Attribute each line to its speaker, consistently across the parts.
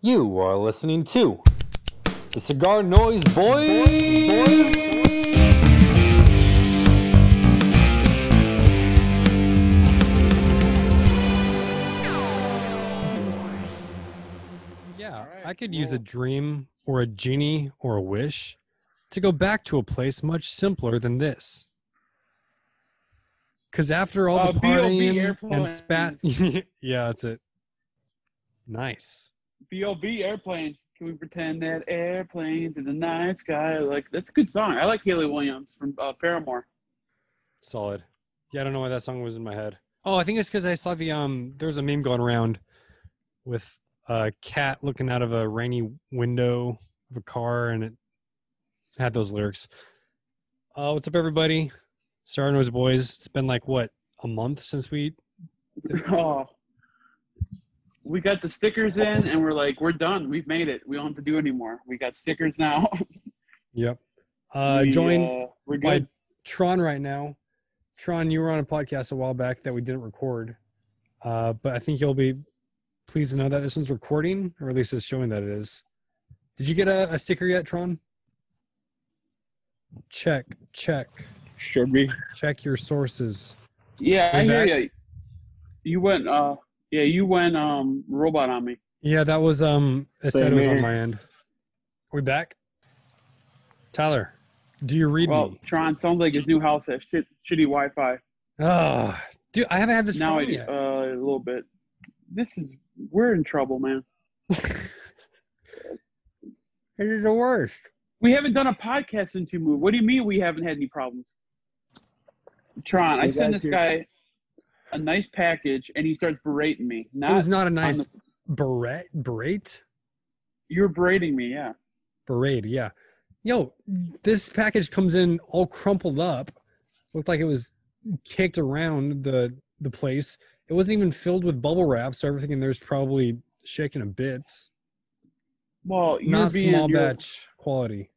Speaker 1: You are listening to the Cigar Noise Boys. Yeah, I could use a dream or a genie or a wish to go back to a place much simpler than this. Because after all
Speaker 2: Uh,
Speaker 1: the
Speaker 2: B.O.B.
Speaker 1: partying
Speaker 2: airplane.
Speaker 1: and spat, yeah, that's it. Nice.
Speaker 2: B.O.B. airplane. Can we pretend that airplanes in the night sky? Like that's a good song. I like Haley Williams from uh, Paramore.
Speaker 1: Solid. Yeah, I don't know why that song was in my head. Oh, I think it's because I saw the um. There was a meme going around with a cat looking out of a rainy window of a car, and it had those lyrics. Uh, what's up, everybody? Sarah Noise Boys. It's been like what a month since we.
Speaker 2: oh, we got the stickers in, and we're like, we're done. We've made it. We don't have to do anymore. We got stickers now.
Speaker 1: Yep. Uh,
Speaker 2: we,
Speaker 1: join
Speaker 2: uh, we're
Speaker 1: by
Speaker 2: good.
Speaker 1: Tron right now. Tron, you were on a podcast a while back that we didn't record, uh, but I think you'll be pleased to know that this one's recording, or at least it's showing that it is. Did you get a, a sticker yet, Tron? Check, check,
Speaker 2: Should be.
Speaker 1: check your sources.
Speaker 2: Yeah, I
Speaker 1: We're
Speaker 2: hear you. You went. Uh, yeah, you went. Um, robot on me.
Speaker 1: Yeah, that was um. It said
Speaker 2: Same
Speaker 1: it was on
Speaker 2: here.
Speaker 1: my end. we back. Tyler, do you read
Speaker 2: Well,
Speaker 1: me?
Speaker 2: Tron sounds like his new house has shit, shitty Wi-Fi.
Speaker 1: Ah, dude, I haven't had this
Speaker 2: Now I
Speaker 1: phone
Speaker 2: do.
Speaker 1: yet.
Speaker 2: Uh, a little bit. This is. We're in trouble, man.
Speaker 1: it is the worst.
Speaker 2: We haven't done a podcast in two moves. What do you mean we haven't had any problems? Tron, I
Speaker 3: You
Speaker 2: send
Speaker 3: guys
Speaker 2: this
Speaker 3: here-
Speaker 2: guy a nice package and he starts berating me.
Speaker 1: it
Speaker 2: Not
Speaker 1: was not a
Speaker 2: on
Speaker 1: nice
Speaker 2: the-
Speaker 1: beret, berate,
Speaker 2: you're berating me, yeah.
Speaker 1: berate. Yeah, yo, this package comes in all crumpled up. Looked like it was kicked around the the place. It wasn't even filled with bubble wrap, so everything in there's probably shaken to bits.
Speaker 2: Well, you're
Speaker 1: Not
Speaker 2: being
Speaker 1: small
Speaker 2: you're-
Speaker 1: batch quality.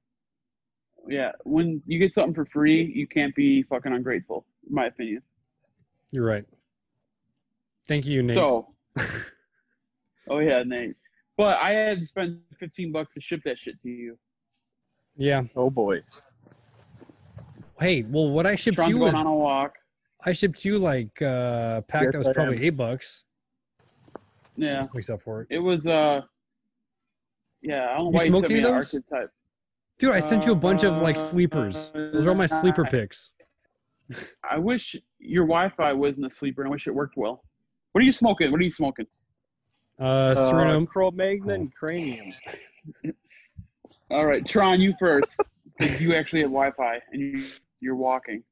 Speaker 2: Yeah, when you get something for free, you can't be fucking ungrateful, in my opinion.
Speaker 1: You're right. Thank you, Nate.
Speaker 2: So, oh yeah, Nate. But I had to spend 15 bucks to ship that shit to you.
Speaker 1: yeah.
Speaker 3: Oh boy.
Speaker 1: Hey, well, what I shipped
Speaker 2: Tron's
Speaker 1: you
Speaker 2: going
Speaker 1: was
Speaker 2: on a walk.
Speaker 1: I shipped you like uh, a pack
Speaker 3: Yes,
Speaker 1: that was
Speaker 3: I am.
Speaker 1: probably eight bucks.
Speaker 2: Yeah.
Speaker 1: Except for it,
Speaker 2: It was, uh, yeah, I don't know
Speaker 1: You
Speaker 2: why you
Speaker 1: smoked
Speaker 2: sent
Speaker 1: any
Speaker 2: me
Speaker 1: of
Speaker 2: an
Speaker 1: those?
Speaker 2: Arctic type.
Speaker 1: dude. I sent you a bunch of like sleepers. Those are all my sleeper
Speaker 2: Uh,
Speaker 1: picks.
Speaker 2: I wish your Wi-Fi wasn't a sleeper, and I wish it worked well. What are you smoking? What are you smoking?
Speaker 1: Uh, Sereno,
Speaker 3: Cro-Magnon cranium.
Speaker 2: All right, Tron, you first. 'cause you actually have Wi-Fi, and you, you're walking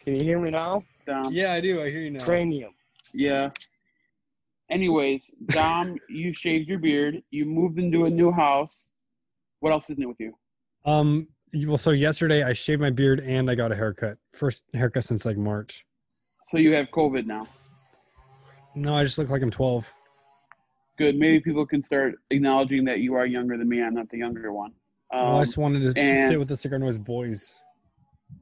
Speaker 3: Can you hear me now?
Speaker 2: Dom. Yeah.
Speaker 1: Yeah, I do. I hear you now.
Speaker 3: Cranium.
Speaker 2: Anyways, Dom, you shaved your beard. You moved into a new house. What else is new with you?
Speaker 1: Um. you- Well, so yesterday I shaved my beard and I got a haircut. First haircut since like March.
Speaker 2: So you have COVID now.
Speaker 1: No, I just look like I'm 12.
Speaker 2: Good. Maybe people can start acknowledging that you are younger than me. I'm not the younger one. Um,
Speaker 1: Well, I just wanted to
Speaker 2: and-
Speaker 1: sit with the cigar noise boys.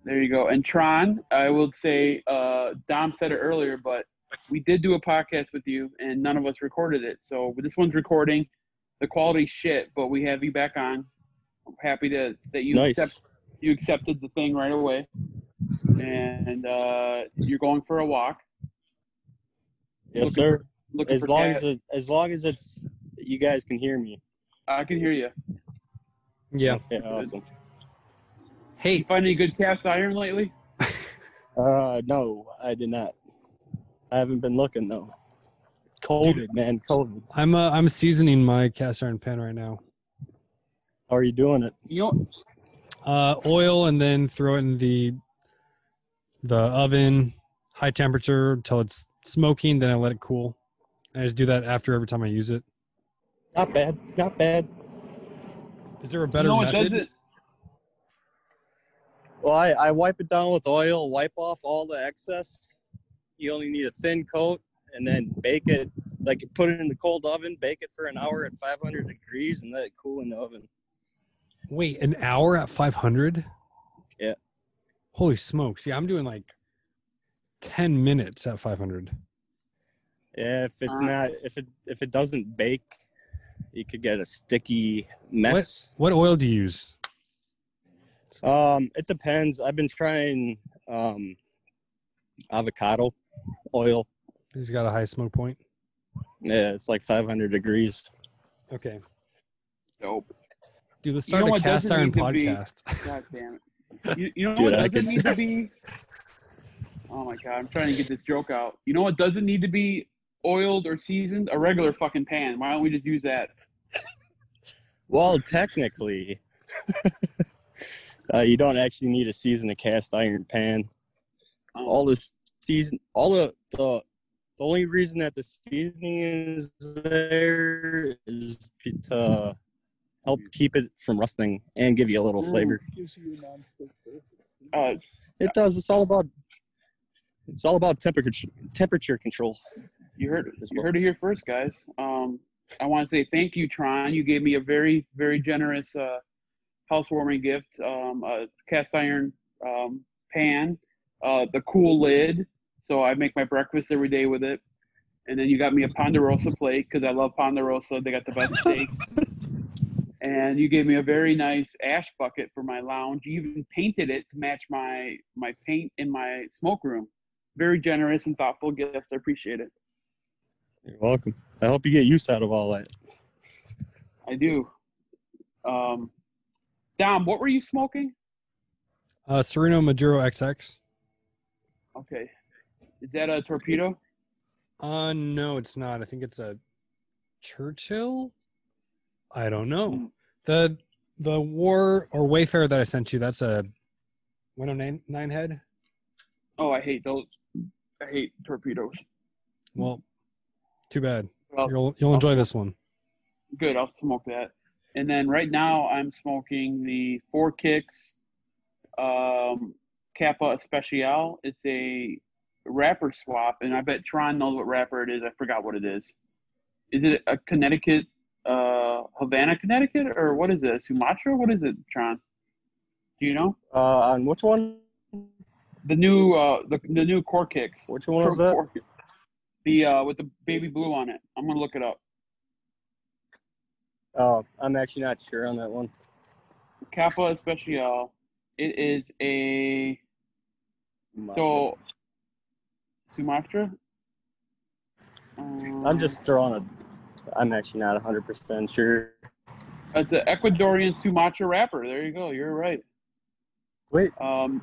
Speaker 2: There you go. And Tron, I will say, uh, Dom said it earlier, but we did do a podcast with you, and none of us recorded it. So this one's recording. The quality shit, but we have you back on. I'm happy to that you
Speaker 3: Nice.
Speaker 2: accept, you accepted the thing right away, and uh, you're going for a walk.
Speaker 3: Yes,
Speaker 2: Looking
Speaker 3: sir.
Speaker 2: Looking
Speaker 3: As
Speaker 2: for
Speaker 3: long
Speaker 2: cat-
Speaker 3: as it, as long as it's, you guys can hear me.
Speaker 2: I can hear you.
Speaker 1: Yeah.
Speaker 3: Okay, awesome.
Speaker 1: Hey,
Speaker 2: Find any good cast iron lately?
Speaker 3: Uh, no, I did not. I haven't been looking though. COVID, man, COVID.
Speaker 1: I'm uh, I'm seasoning my cast iron pan right now.
Speaker 3: How are you doing it?
Speaker 2: You know,
Speaker 1: Uh, oil and then throw it in the the oven, high temperature until it's smoking. Then I let it cool. I just do that after every time I use it.
Speaker 3: Not bad, not bad.
Speaker 1: Is there a
Speaker 2: you
Speaker 1: better
Speaker 2: know what does
Speaker 1: method?
Speaker 2: it?
Speaker 3: Well, I, I wipe it down with oil, wipe off all the excess. You only need a thin coat and then bake it, like put it in the cold oven, bake it for an hour at 500 degrees and let it cool in the oven.
Speaker 1: Wait, an hour at 500?
Speaker 3: Yeah.
Speaker 1: Holy smokes. Yeah, I'm doing like 10 minutes at 500.
Speaker 3: Yeah, if it's
Speaker 2: Uh,
Speaker 3: not, if it if it doesn't bake, You could get a sticky mess.
Speaker 1: What oil do you use?
Speaker 3: Um, it depends. I've been trying um, avocado oil.
Speaker 1: He's got a high smoke point.
Speaker 3: Yeah, it's like 500 degrees.
Speaker 1: Okay,
Speaker 2: Dope.
Speaker 1: dude, let's start
Speaker 2: know
Speaker 1: a
Speaker 2: what
Speaker 1: cast
Speaker 2: doesn't
Speaker 1: iron
Speaker 2: need to be-
Speaker 1: podcast.
Speaker 2: God damn it. You, you know
Speaker 3: Dude, I
Speaker 2: what doesn't
Speaker 3: could-
Speaker 2: need to be? Oh my god, I'm trying to get this joke out. You know what doesn't need to be oiled or seasoned? A regular fucking pan. Why don't we just use that?
Speaker 3: Well, technically, uh, you don't actually need to season a cast iron pan.
Speaker 2: Um,
Speaker 3: All the season, all the the, the only reason that the seasoning is there is to help keep it from rusting and give you a little flavor.
Speaker 2: uh,
Speaker 3: It does. It's all about it's all about temperature temperature control.
Speaker 2: you heard
Speaker 3: As
Speaker 2: you
Speaker 3: well.
Speaker 2: heard it here first, guys. Um, I want to say thank you, Tron. You gave me a very very generous uh, housewarming gift: um, a cast iron um, pan, uh, the cool lid. So I make my breakfast every day with it. And then you got me a Ponderosa plate because I love Ponderosa. They got the best steaks. And you gave me a very nice ash bucket for my lounge. You even painted it to match my my paint in my smoke room. Very generous and thoughtful gift. I appreciate it.
Speaker 3: You're welcome. I hope you get use out of all that.
Speaker 2: I do. Um, Dom, what were you smoking?
Speaker 1: Uh, Sereno Maduro XX.
Speaker 2: Okay, is that a torpedo?
Speaker 1: Uh, no, it's not. I think it's a Churchill. I don't
Speaker 3: Hmm.
Speaker 1: know. The the war or Wayfarer that I sent you. That's a 109 nine head.
Speaker 2: Oh, I hate those. I hate torpedoes.
Speaker 3: Hmm.
Speaker 1: Well, too bad.
Speaker 2: Well,
Speaker 1: You'll you'll
Speaker 2: Oh.
Speaker 1: enjoy this one.
Speaker 2: good. I'll smoke that. And then right now I'm smoking the Four Kicks um, Kappa Especial. It's a wrapper swap, and I bet Tron knows what wrapper it is. I forgot what it is. Is it a Connecticut, uh, Havana, Connecticut, or what is it? Sumatra? What is it, Tron? Do you know?
Speaker 3: Uh, on which one?
Speaker 2: The new uh the, the new core kicks.
Speaker 3: Which one was that?
Speaker 2: Core Kick. The uh with the baby blue on it. I'm gonna look it up.
Speaker 3: Oh, I'm actually not sure on that one.
Speaker 2: Kappa Especial. It is a so Sumatra. Um,
Speaker 3: I'm just throwing a. I'm actually not 100 percent sure.
Speaker 2: It's an Ecuadorian Sumatra wrapper. There you go. You're right.
Speaker 3: Wait,
Speaker 2: Um,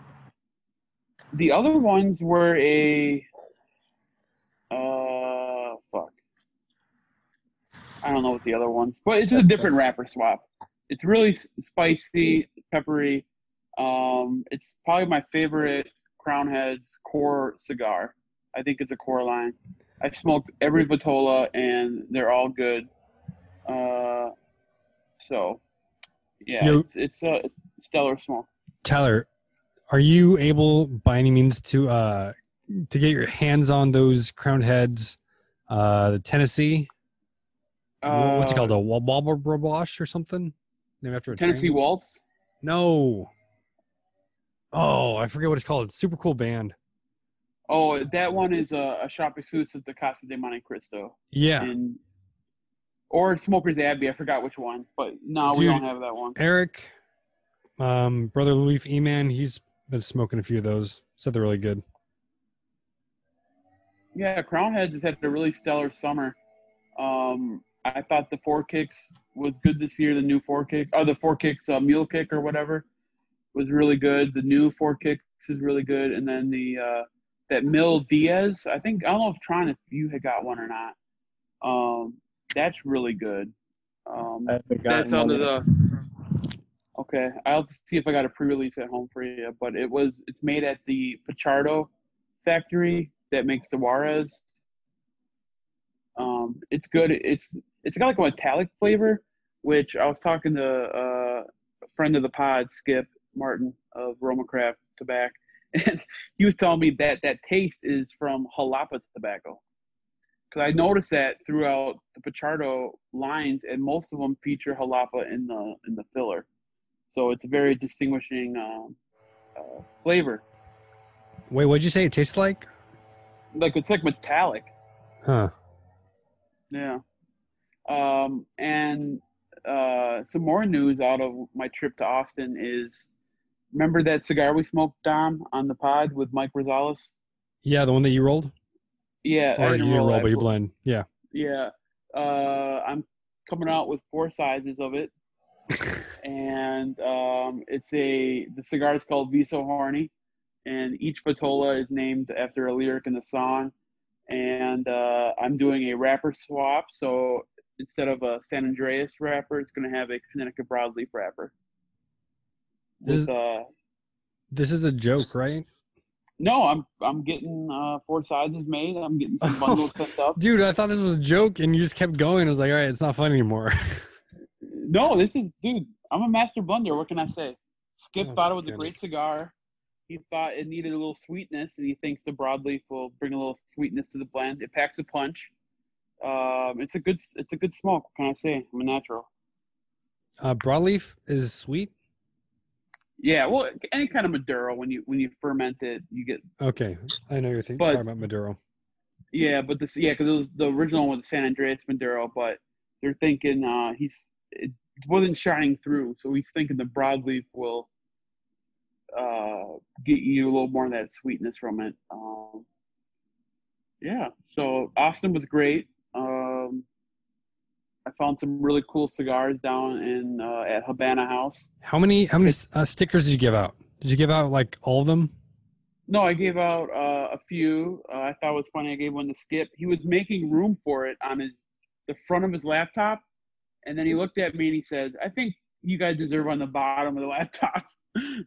Speaker 2: the other ones were a uh fuck. I don't know what the other ones, but it's just a different wrapper swap. It's really s- spicy, peppery. Um, it's probably my favorite Crown Heads core cigar. I think it's a core line. I've smoked every Vitola and they're all good. Uh, so yeah,
Speaker 1: Yo-
Speaker 2: it's it's a it's stellar smoke.
Speaker 1: Tyler, are you able by any means to uh to get your hands on those crown heads? Uh, Tennessee.
Speaker 2: Uh,
Speaker 1: what's it called? A Wa- Wobble Wash or something? Named after a train?
Speaker 2: Tennessee Waltz.
Speaker 1: No. Oh, I forget what it's called. It's super cool band.
Speaker 2: Oh, that one is a, a shop exclusive to Casa de Monte Cristo.
Speaker 1: Yeah.
Speaker 2: And, or Smoker's Abbey. I forgot which one, but no, we
Speaker 1: Dude.
Speaker 2: don't have that one.
Speaker 1: Eric, um, brother Leaf E Man, he's been smoking a few of those. Said they're really good.
Speaker 2: Yeah, Crown Heads has had a really stellar summer. Um, I thought the four kicks was good this year. The new four kick, or the four kicks uh, mule kick or whatever, was really good. The new four kicks is really good, and then the uh, that Mill Diaz. I think I don't know if Tron if you had got one or not. Um, that's really good. Um,
Speaker 3: I haven't
Speaker 2: that's
Speaker 3: gotten
Speaker 2: under
Speaker 3: one.
Speaker 2: the. Okay, I'll have to see if I got a pre-release at home for you. But it was it's made at the Pachardo factory that makes the Juarez. Um, it's good. It's it's got like a metallic flavor, which I was talking to uh, a friend of the pod, Skip Martin of Roma Craft Tobacco, and he was telling me that that taste is from Jalapa tobacco because I noticed that throughout the Pachardo lines, and most of them feature jalapa in the in the filler, so it's a very distinguishing um, uh, flavor.
Speaker 1: Wait, what'd you say it tastes like?
Speaker 2: Like it's like metallic.
Speaker 1: Huh.
Speaker 2: Yeah. Um, and uh, some more news out of my trip to Austin is remember that cigar we smoked, Dom, on the pod with Mike Rosales?
Speaker 1: Yeah, the one that you rolled,
Speaker 2: Yeah. I
Speaker 1: or you
Speaker 2: didn't
Speaker 1: didn't roll,
Speaker 2: that.
Speaker 1: but you blend. Yeah,
Speaker 2: Yeah. Uh, I'm coming out with four sizes of it. and um, it's a the cigar is called Viso Horny, and each Fatola is named after a lyric in the song. And uh, I'm doing a wrapper swap, so instead of a San Andreas wrapper, it's going to have a Connecticut broadleaf wrapper.
Speaker 1: This is-
Speaker 2: With, uh,
Speaker 1: this is a joke, right,
Speaker 2: no, I'm I'm getting uh, four sizes made. I'm getting some bundles sent up.
Speaker 1: dude? I thought this was a joke, and you just kept going. I was like, all right, it's not funny anymore.
Speaker 2: No, this is dude. I'm a master blender. What can I say? Skip
Speaker 1: Oh,
Speaker 2: thought it was a great
Speaker 1: goodness.
Speaker 2: cigar. He thought it needed a little sweetness, and he thinks the broadleaf will bring a little sweetness to the blend. It packs a punch. Um, it's a good, it's a good smoke. What can I say? I'm a natural.
Speaker 1: uh, broadleaf is sweet.
Speaker 2: Yeah, well, any kind of Maduro when you when you ferment it, you get
Speaker 1: Okay, I know you're thinking,
Speaker 2: But-
Speaker 1: talking about Maduro.
Speaker 2: yeah. But this yeah, because the original one was San Andreas Maduro, but they're thinking uh, he's it wasn't shining through, so he's thinking the broadleaf will uh, get you a little more of that sweetness from it. Um, yeah, so Austin was great. Um, I found some really cool cigars down in uh, at Habana House.
Speaker 1: How many how many uh, stickers did you give out? Did you give out like all of them?
Speaker 2: No, I gave out uh, a few. Uh, I thought it was funny. I gave one to Skip. He was making room for it on his the front of his laptop, and then he looked at me and he said, "I think you guys deserve on the bottom of the laptop."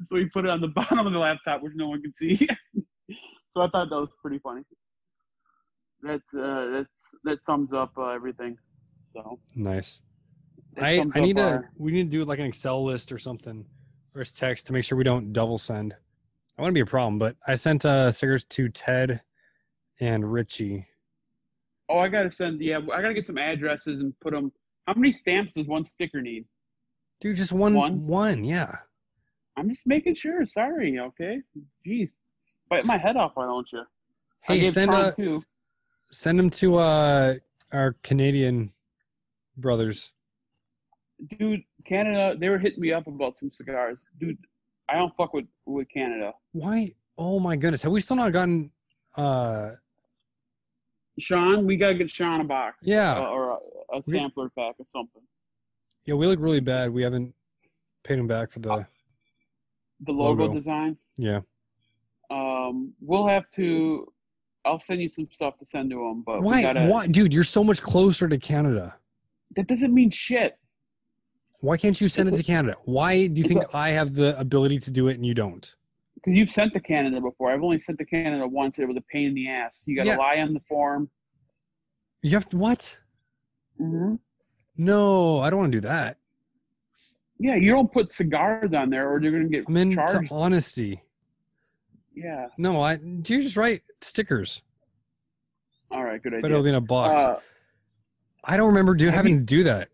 Speaker 2: so he put it on the bottom of the laptop, which no one could see. so I thought that was pretty funny. That's uh, that's that sums up uh, everything. So
Speaker 1: Nice.
Speaker 2: that
Speaker 1: I,
Speaker 2: sums
Speaker 1: I
Speaker 2: up
Speaker 1: need to
Speaker 2: our-
Speaker 1: we need to do like an Excel list or something or it's text to make sure we don't double send. I want to be a problem, but I sent uh stickers to Ted and Richie.
Speaker 2: Oh, I gotta send. Yeah, I gotta get some addresses and put them. How many stamps does one sticker need?
Speaker 1: Dude, just one
Speaker 2: One?
Speaker 1: one, yeah.
Speaker 2: I'm just making sure. Sorry, okay. Jeez, bite my head off, why don't you? I
Speaker 1: Hey,
Speaker 2: gave
Speaker 1: send
Speaker 2: Tom
Speaker 1: uh,
Speaker 2: two.
Speaker 1: send them to uh our Canadian brothers.
Speaker 2: dude. Canada, they were hitting me up about some cigars, dude. I don't fuck with with Canada.
Speaker 1: Why? Oh my goodness. Have we still not gotten uh
Speaker 2: Sean, we gotta get Sean a box.
Speaker 1: yeah.
Speaker 2: uh, or a, a
Speaker 1: We-
Speaker 2: sampler pack or something.
Speaker 1: Yeah, we look really bad. We haven't paid him back for
Speaker 2: Uh,
Speaker 1: the
Speaker 2: The logo,
Speaker 1: Logo.
Speaker 2: design.
Speaker 1: yeah.
Speaker 2: Um, we'll have to. I'll send you some stuff to send to him, but we
Speaker 1: Why?
Speaker 2: gotta-
Speaker 1: Why, dude? You're so much closer to Canada.
Speaker 2: That doesn't mean shit.
Speaker 1: Why can't you send it to Canada? Why do you think I have the ability to do it and you don't?
Speaker 2: Because you've sent to Canada before. I've only sent to Canada once. It was a pain in the ass. You got to
Speaker 1: Yeah.
Speaker 2: lie on the form.
Speaker 1: You have to, what?
Speaker 2: Mm-hmm.
Speaker 1: No, I don't want to do that.
Speaker 2: Yeah, you don't put cigars on there, or you're gonna get
Speaker 1: I'm into
Speaker 2: charged.
Speaker 1: honesty.
Speaker 2: Yeah.
Speaker 1: No, I. You're just right. Stickers,
Speaker 2: All right. Good
Speaker 1: but it'll
Speaker 2: idea.
Speaker 1: be in a box.
Speaker 2: Uh,
Speaker 1: I don't remember do,
Speaker 2: have
Speaker 1: having
Speaker 2: you-
Speaker 1: to do that.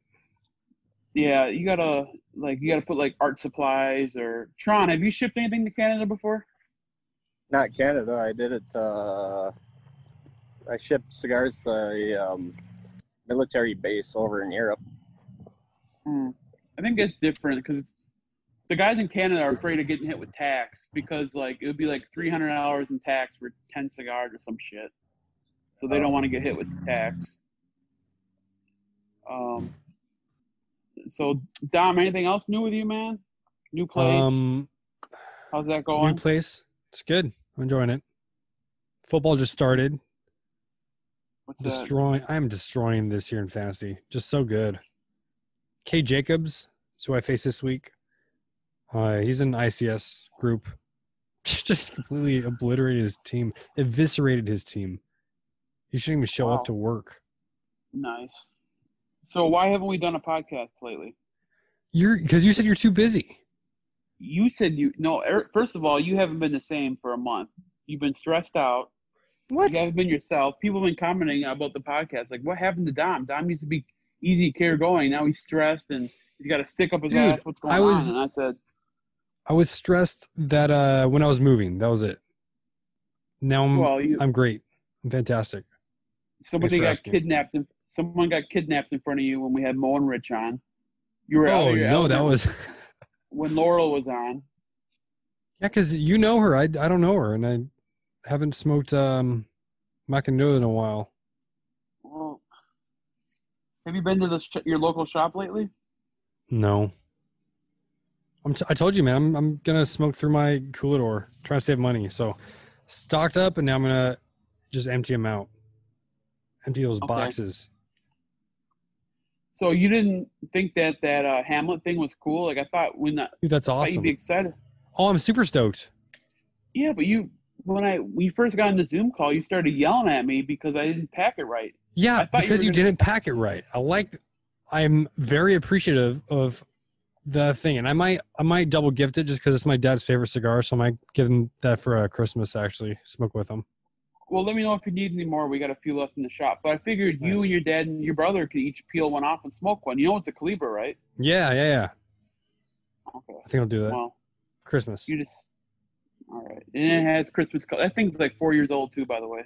Speaker 2: yeah, you gotta like you gotta put like art supplies or Tron. Have you shipped anything to Canada before?
Speaker 3: Not Canada. I did it. Uh, I shipped cigars to a um, military base over in Europe.
Speaker 2: Hmm. I think that's different because the guys in Canada are afraid of getting hit with tax because like it would be like three hundred dollars in tax for ten cigars or some shit, so they don't want to get hit with tax. Um. So Dom, anything else new with you, man? New place?
Speaker 1: Um,
Speaker 2: How's that
Speaker 1: new
Speaker 2: going?
Speaker 1: place. It's good. I'm enjoying it. Football just started.
Speaker 2: What's that?
Speaker 1: Destroying. I'm destroying this year in fantasy. Just so good. K Jacobs is who I face this week. Uh, he's in ICS group. Just completely obliterated his team, eviscerated his team. He shouldn't even show
Speaker 2: Wow.
Speaker 1: up to work.
Speaker 2: Nice. So why haven't we done a podcast lately?
Speaker 1: You're because you said you're too busy.
Speaker 2: You said you no. er- First of all, you haven't been the same for a month. You've been stressed out.
Speaker 1: What?
Speaker 2: You haven't been yourself. People have been commenting about the podcast. Like, what happened to Dom? Dom used to be easy, caregoing. Now he's stressed and he's got to stick up his
Speaker 1: Dude,
Speaker 2: ass. What's going
Speaker 1: I was-
Speaker 2: on? And I said,
Speaker 1: I was stressed that uh when I was moving. That was it. Now I'm
Speaker 2: well, you,
Speaker 1: Mm, I'm great. I'm fantastic.
Speaker 2: somebody
Speaker 1: for
Speaker 2: got
Speaker 1: asking.
Speaker 2: kidnapped. In, someone got kidnapped in front of you when we had Mo and Rich on. You were
Speaker 1: Oh
Speaker 2: out of your
Speaker 1: no,
Speaker 2: element
Speaker 1: that was yeah,
Speaker 2: when Laurel was on.
Speaker 1: because you know her. I I don't know her, and I haven't smoked um Macanudo in a while.
Speaker 2: Well, have you been to the sh- your local shop lately?
Speaker 1: No. I'm t- I told you, man. I'm I'm gonna smoke through my coolador, trying to save money. So stocked up, and now I'm gonna just empty them out. Empty those
Speaker 2: Okay.
Speaker 1: boxes.
Speaker 2: So you didn't think that that uh, Hamlet thing was cool? Like I thought when that
Speaker 1: Dude, that's
Speaker 2: thought you'd
Speaker 1: awesome.
Speaker 2: be excited.
Speaker 1: Oh, I'm super stoked.
Speaker 2: Yeah, but you when I we first got on the Zoom call, you started yelling at me because I didn't pack it right. I
Speaker 1: Yeah,
Speaker 2: thought you
Speaker 1: because
Speaker 2: were
Speaker 1: you,
Speaker 2: gonna-
Speaker 1: didn't pack it right. I like. I'm very appreciative of the thing, and I might I might double gift it just because it's my dad's favorite cigar, so I might give him that for uh, Christmas. Actually, smoke with him.
Speaker 2: Well, let me know if you need any more. We got a few left in the shop, but I figured you
Speaker 1: Nice.
Speaker 2: and your dad and your brother could each peel one off and smoke one. You know it's a Calibre, right?
Speaker 1: Yeah, yeah, yeah.
Speaker 2: Okay.
Speaker 1: I think I'll do that
Speaker 2: Well,
Speaker 1: Christmas.
Speaker 2: you just all right. And it has Christmas. col- That thing's like four years old too, by the way.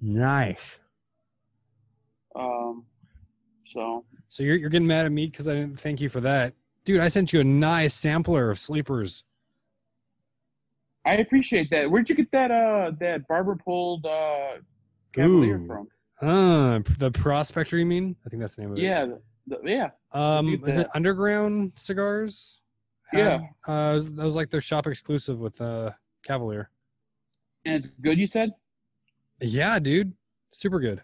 Speaker 1: Nice.
Speaker 2: Um, so
Speaker 1: So you're you're getting mad at me because I didn't thank you for that, dude. I sent you a nice sampler of sleepers.
Speaker 2: I appreciate that. Where'd you get that uh that barber pulled uh cavalier
Speaker 1: Ooh.
Speaker 2: from?
Speaker 1: Uh, the prospector, you mean? I think that's the name of it.
Speaker 2: Yeah, the, yeah.
Speaker 1: Um,
Speaker 2: do
Speaker 1: is it
Speaker 2: that.
Speaker 1: Underground Cigars?
Speaker 2: Yeah.
Speaker 1: Had, uh, was- that was like their shop exclusive with uh Cavalier.
Speaker 2: And it's good. You said.
Speaker 1: Yeah, dude, super good.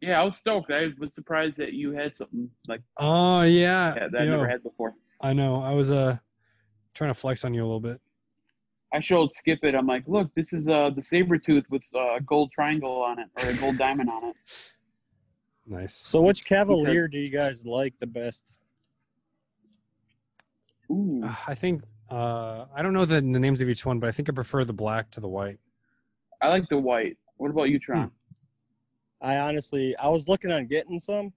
Speaker 2: Yeah, I was stoked. I was surprised that you had something like
Speaker 1: Oh yeah,
Speaker 2: that that I
Speaker 1: yo,
Speaker 2: never had before.
Speaker 1: I know. I was uh trying to flex on you a little bit.
Speaker 2: I showed Skip it. I'm like, look, this is uh the saber tooth with uh, a gold triangle on it or a gold diamond on it.
Speaker 1: Nice.
Speaker 4: So, which Cavalier do you guys like the best?
Speaker 2: Ooh,
Speaker 1: Uh, I think uh I don't know the, the names of each one, but I think I prefer the black to the white.
Speaker 2: I like the white. What about you, Tron?
Speaker 1: Hmm.
Speaker 4: I honestly, I was looking on getting some.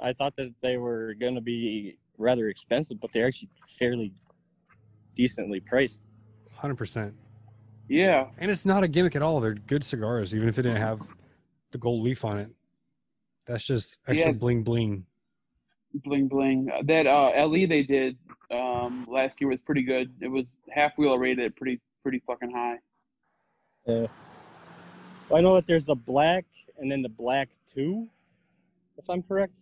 Speaker 4: I thought that they were going to be rather expensive, but they're actually fairly decently priced.
Speaker 1: Hundred percent.
Speaker 2: Yeah,
Speaker 1: And it's not a gimmick at all. They're good cigars, even if it didn't have the gold leaf on it. That's just extra
Speaker 2: Yeah.
Speaker 1: bling bling.
Speaker 2: bling bling. That uh, le they did um last year was pretty good. It was half wheel rated pretty pretty fucking high.
Speaker 4: I know that there's a black and then the black two, if I'm correct.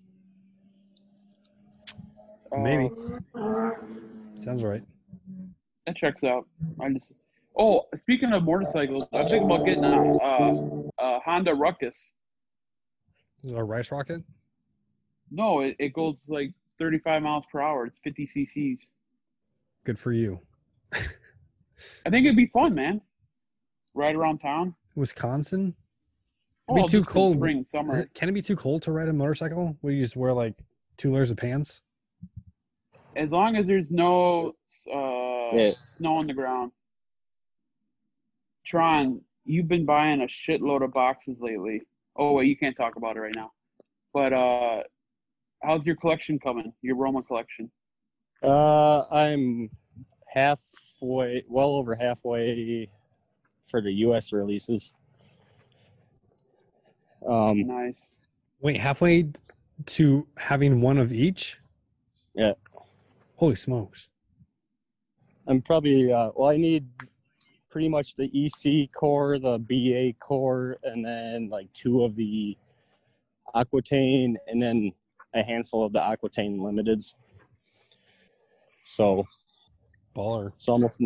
Speaker 2: Uh,
Speaker 1: Maybe. Sounds right.
Speaker 2: That checks out. I just. Oh, speaking of motorcycles, I'm thinking about getting a, uh a Honda Ruckus.
Speaker 1: Is it a rice rocket?
Speaker 2: No, it, it goes like 35 miles per hour. It's 50 cc's.
Speaker 1: Good for you.
Speaker 2: I think it'd be fun, man. Ride around town.
Speaker 1: Wisconsin?
Speaker 2: Oh,
Speaker 1: be
Speaker 2: I'll
Speaker 1: too
Speaker 2: just in
Speaker 1: cold.
Speaker 2: Spring,
Speaker 1: Is
Speaker 2: summer.
Speaker 1: it, can it be too cold to ride a motorcycle? Will you just wear like two layers of pants?
Speaker 2: As long as there's no uh,
Speaker 4: Yeah.
Speaker 2: snow on the ground. Tron, you've been buying a shitload of boxes lately. Oh wait, you can't talk about it right now. But uh, how's your collection coming? Your Roma collection?
Speaker 4: Uh, I'm halfway, well over halfway for the U.S. releases. Um,
Speaker 2: Nice.
Speaker 1: Wait, halfway to having one of each?
Speaker 4: Yeah.
Speaker 1: Holy smokes.
Speaker 4: I'm probably uh, well. I need pretty much the EC core, the BA core, and then like two of the Aquitaine, and then a handful of the Aquitaine limiteds. So
Speaker 1: Baller.
Speaker 4: it's almost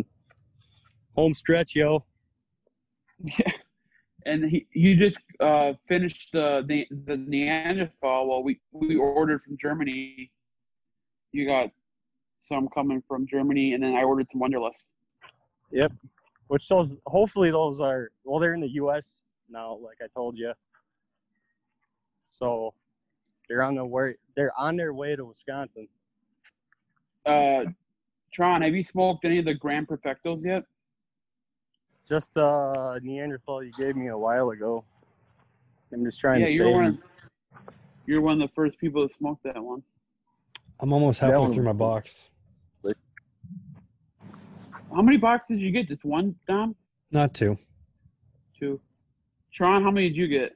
Speaker 4: home stretch, yo.
Speaker 2: And he, you just uh, finished the, the the Neanderthal. Well, we we ordered from Germany. You got some coming from Germany, and then I ordered some Wonderlust.
Speaker 4: Which those hopefully those are well, they're in the U.S. now, like I told you. So they're on the way. They're on their way to Wisconsin.
Speaker 2: Uh, Tron, have you smoked any of the Grand Perfectos yet?
Speaker 4: Just uh, Neanderthal you gave me a while ago. I'm just trying
Speaker 2: yeah,
Speaker 4: to
Speaker 2: you're
Speaker 4: save.
Speaker 2: one. Of, you're one of the first people to smoke that one.
Speaker 1: I'm almost halfway
Speaker 4: one-
Speaker 1: through my box.
Speaker 2: How many boxes did you get? Just one, Dom?
Speaker 1: Not two.
Speaker 2: Two. Tron, how many did you get?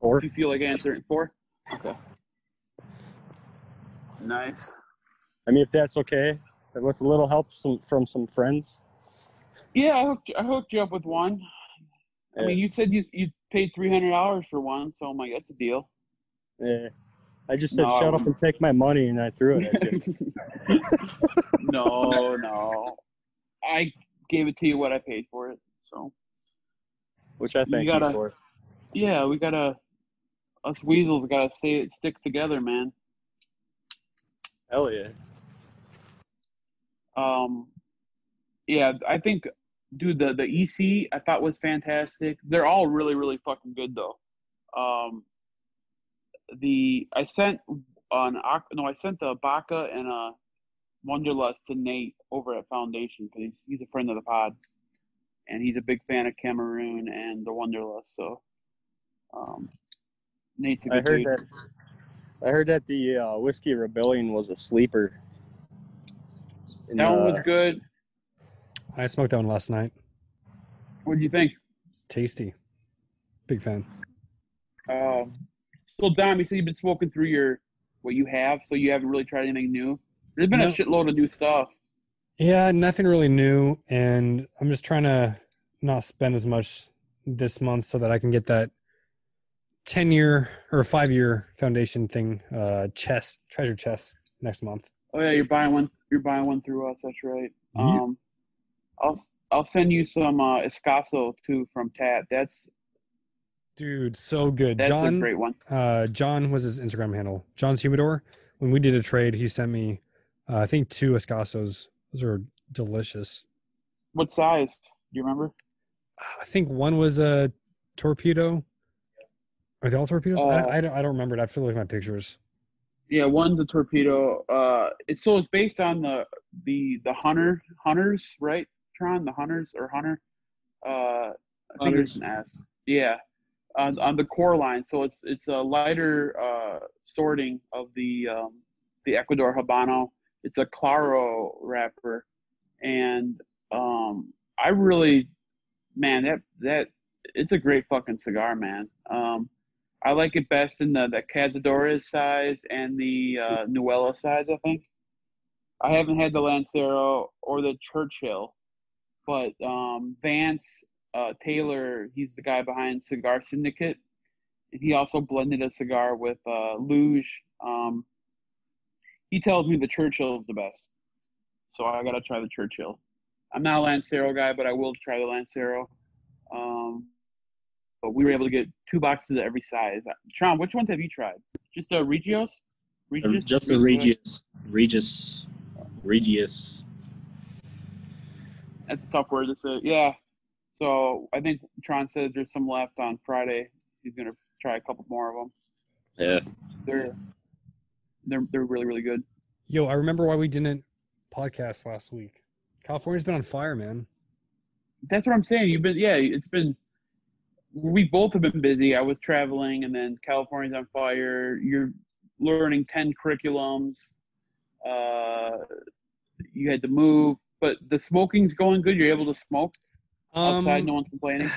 Speaker 3: Four.
Speaker 2: Do you feel like answering four? Okay. Nice.
Speaker 3: I mean, if that's okay, and with a little help some, from some friends.
Speaker 2: Yeah, I hooked I hooked you up with one. I mean, you said you you paid three hundred dollars for one, so I'm like, that's a deal.
Speaker 3: Yeah. I just said,
Speaker 2: No.
Speaker 3: shut up and take my money, and I threw it at you.
Speaker 2: no, no, I gave it to you what I paid for it. So
Speaker 3: which I thank you,
Speaker 2: gotta-
Speaker 3: for.
Speaker 2: yeah, we gotta us weasels gotta stay stick together, man.
Speaker 3: Hell yeah.
Speaker 2: Um, yeah, I think, dude, the the EC I thought was fantastic. They're all really, really fucking good though. Um, the I sent an Ac- no, I sent a Baca and a Wonderlust to Nate over at Foundation because he's, he's a friend of the pod, and he's a big fan of Cameroon and the Wonderlust. So, um, Nate's a
Speaker 3: I
Speaker 2: good
Speaker 3: heard
Speaker 2: dude.
Speaker 3: that. I heard that the uh, Whiskey Rebellion was a sleeper. And,
Speaker 2: That one was
Speaker 3: uh,
Speaker 2: good.
Speaker 1: I smoked that one last night.
Speaker 2: What do you think?
Speaker 1: It's tasty. Big fan.
Speaker 2: Um, so Dom, you said you've been smoking through your what you have, so you haven't really tried anything new. There's been a
Speaker 1: No.
Speaker 2: shitload of new stuff.
Speaker 1: Yeah, nothing really new, and I'm just trying to not spend as much this month so that I can get that ten year or five year foundation thing, uh, chest treasure chest next month.
Speaker 2: Oh yeah, you're buying one. You're buying one through us. That's right.
Speaker 1: Yeah.
Speaker 2: Um, I'll I'll send you some uh, Escasso too from Tat. That's
Speaker 1: Dude, so good.
Speaker 2: that's
Speaker 1: John
Speaker 2: a great one.
Speaker 1: uh, John was his Instagram handle. John's Humidor. When we did a trade, he sent me, uh, I think, two Escassos. Those are delicious.
Speaker 2: What size? Do you remember?
Speaker 1: I think one was a torpedo. Are they all torpedoes? I,
Speaker 2: Uh,
Speaker 1: don't- I don't, I don't remember. I have to look at my pictures.
Speaker 2: Yeah, one's a torpedo. Uh, it's so it's based on the the the hunter hunters, right? Tron, the hunters or hunter. Uh, I think it's
Speaker 3: Hunters.
Speaker 2: an S. Yeah, on on the core line. So it's it's a lighter uh, sorting of the um, the Ecuador Habano. It's a Claro wrapper, and um, I really, man, that that it's a great fucking cigar, man. Um, I like it best in the the Cazadores size and the uh, Nuella size. I think I haven't had the Lancero or the Churchill, but um, Vance uh, Taylor, he's the guy behind Cigar Syndicate, and he also blended a cigar with uh, Luge. Um, he tells me the Churchill is the best, so I gotta try the Churchill. I'm not a Lancero guy, but I will try the Lancero. Um, but we were able to get two boxes of every size. Sean, which ones have you tried? Just uh, Regios?
Speaker 3: uh,
Speaker 2: Regios?
Speaker 4: Just a Regis. Regis. Regius.
Speaker 2: That's a tough word to say. Yeah. So I think Tron said there's some left on Friday. He's gonna try a couple more of them.
Speaker 4: Yeah.
Speaker 2: They're they're they're really really good.
Speaker 1: Yo, I remember why we didn't podcast last week. California's been on fire, man.
Speaker 2: That's what I'm saying. You've been yeah. It's been we both have been busy. I was traveling, and then California's on fire. You're learning ten curriculums. Uh, you had to move, but the smoking's going good. You're able to smoke
Speaker 1: Um,
Speaker 2: outside. no one's complaining.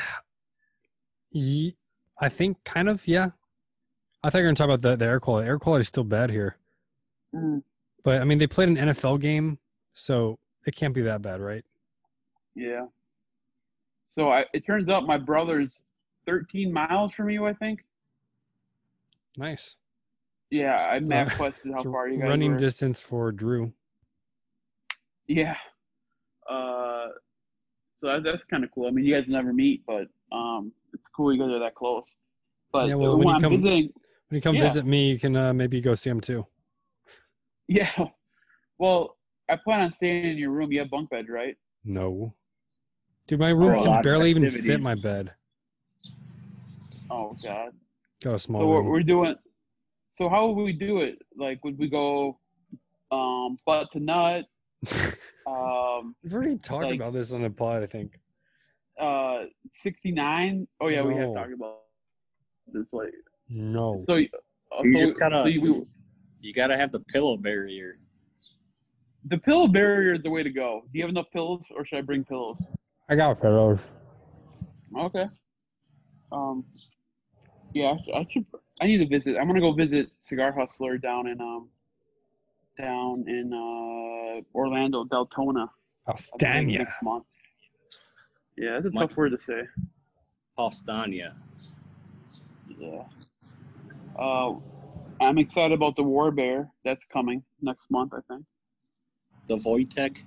Speaker 1: Ye- I think kind of, yeah. I thought you were going to talk about the, the air quality. Air quality is still bad here.
Speaker 2: Mm,
Speaker 1: But, I mean, they played an NFL game, so it can't be that bad, right?
Speaker 2: yeah. So I, it turns out my brother's 13 miles from you. I think.
Speaker 1: Nice.
Speaker 2: Yeah, I
Speaker 1: So-
Speaker 2: map quested how
Speaker 1: It's a
Speaker 2: far you guys
Speaker 1: running
Speaker 2: were.
Speaker 1: distance for Drew.
Speaker 2: yeah. Uh, so that, that's kind of cool. I mean, you guys never meet, but um, it's cool you guys are that close. But
Speaker 1: Yeah, well,
Speaker 2: when,
Speaker 1: when you
Speaker 2: I'm
Speaker 1: come-
Speaker 2: visiting,
Speaker 1: When you come
Speaker 2: Yeah.
Speaker 1: visit me, you can uh, maybe go see him too.
Speaker 2: yeah. Well, I plan on staying in your room. You have bunk bed, right?
Speaker 1: No. Dude, my room
Speaker 2: Oh, a lot
Speaker 1: can
Speaker 2: of
Speaker 1: barely even
Speaker 2: activities.
Speaker 1: fit my bed.
Speaker 2: Oh God.
Speaker 1: Got a small
Speaker 2: So what
Speaker 1: room.
Speaker 2: we're doing. So how would we do it? Like, would we go um, butt to nut? Um,
Speaker 1: We've already talked
Speaker 2: like-
Speaker 1: about this on the pod, I think.
Speaker 2: uh, 69? Oh yeah, we have
Speaker 1: No. Oh.
Speaker 2: talked about this. Like,
Speaker 1: No.
Speaker 2: so. Uh,
Speaker 3: You
Speaker 2: so,
Speaker 3: just gotta-
Speaker 2: so you-
Speaker 4: You gotta have the pillow barrier.
Speaker 2: The pillow barrier is the way to go. Do you have enough pillows, or should I bring pillows?
Speaker 1: I got pillows.
Speaker 2: Okay. Um, Yeah, I should- I should. I need to visit. I'm gonna go visit Cigar Hustler down in um, down in uh Orlando, Deltona. I believe,
Speaker 1: Astania.
Speaker 2: next month. Yeah, that's a
Speaker 4: Mike-
Speaker 2: tough word to say.
Speaker 4: Pastania.
Speaker 2: Yeah. Uh, I'm excited about the War Bear. That's coming next month, I think.
Speaker 4: The Wojtek.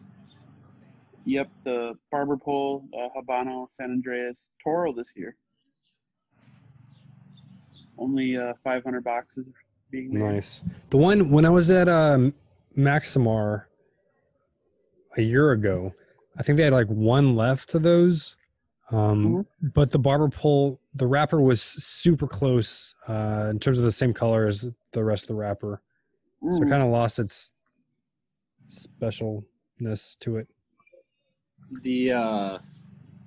Speaker 2: Yep, the Barber Pole, uh, Habano, San Andreas, Toro this year. Only uh, 500 boxes being made.
Speaker 1: Nice. The one when I was at um, Maximar a year ago, I think they had like one left of those. Um, But the barber pole, the wrapper was super close uh, in terms of the same color as the rest of the wrapper. So it
Speaker 2: Mm.
Speaker 1: kind of lost its specialness to it.
Speaker 4: The uh,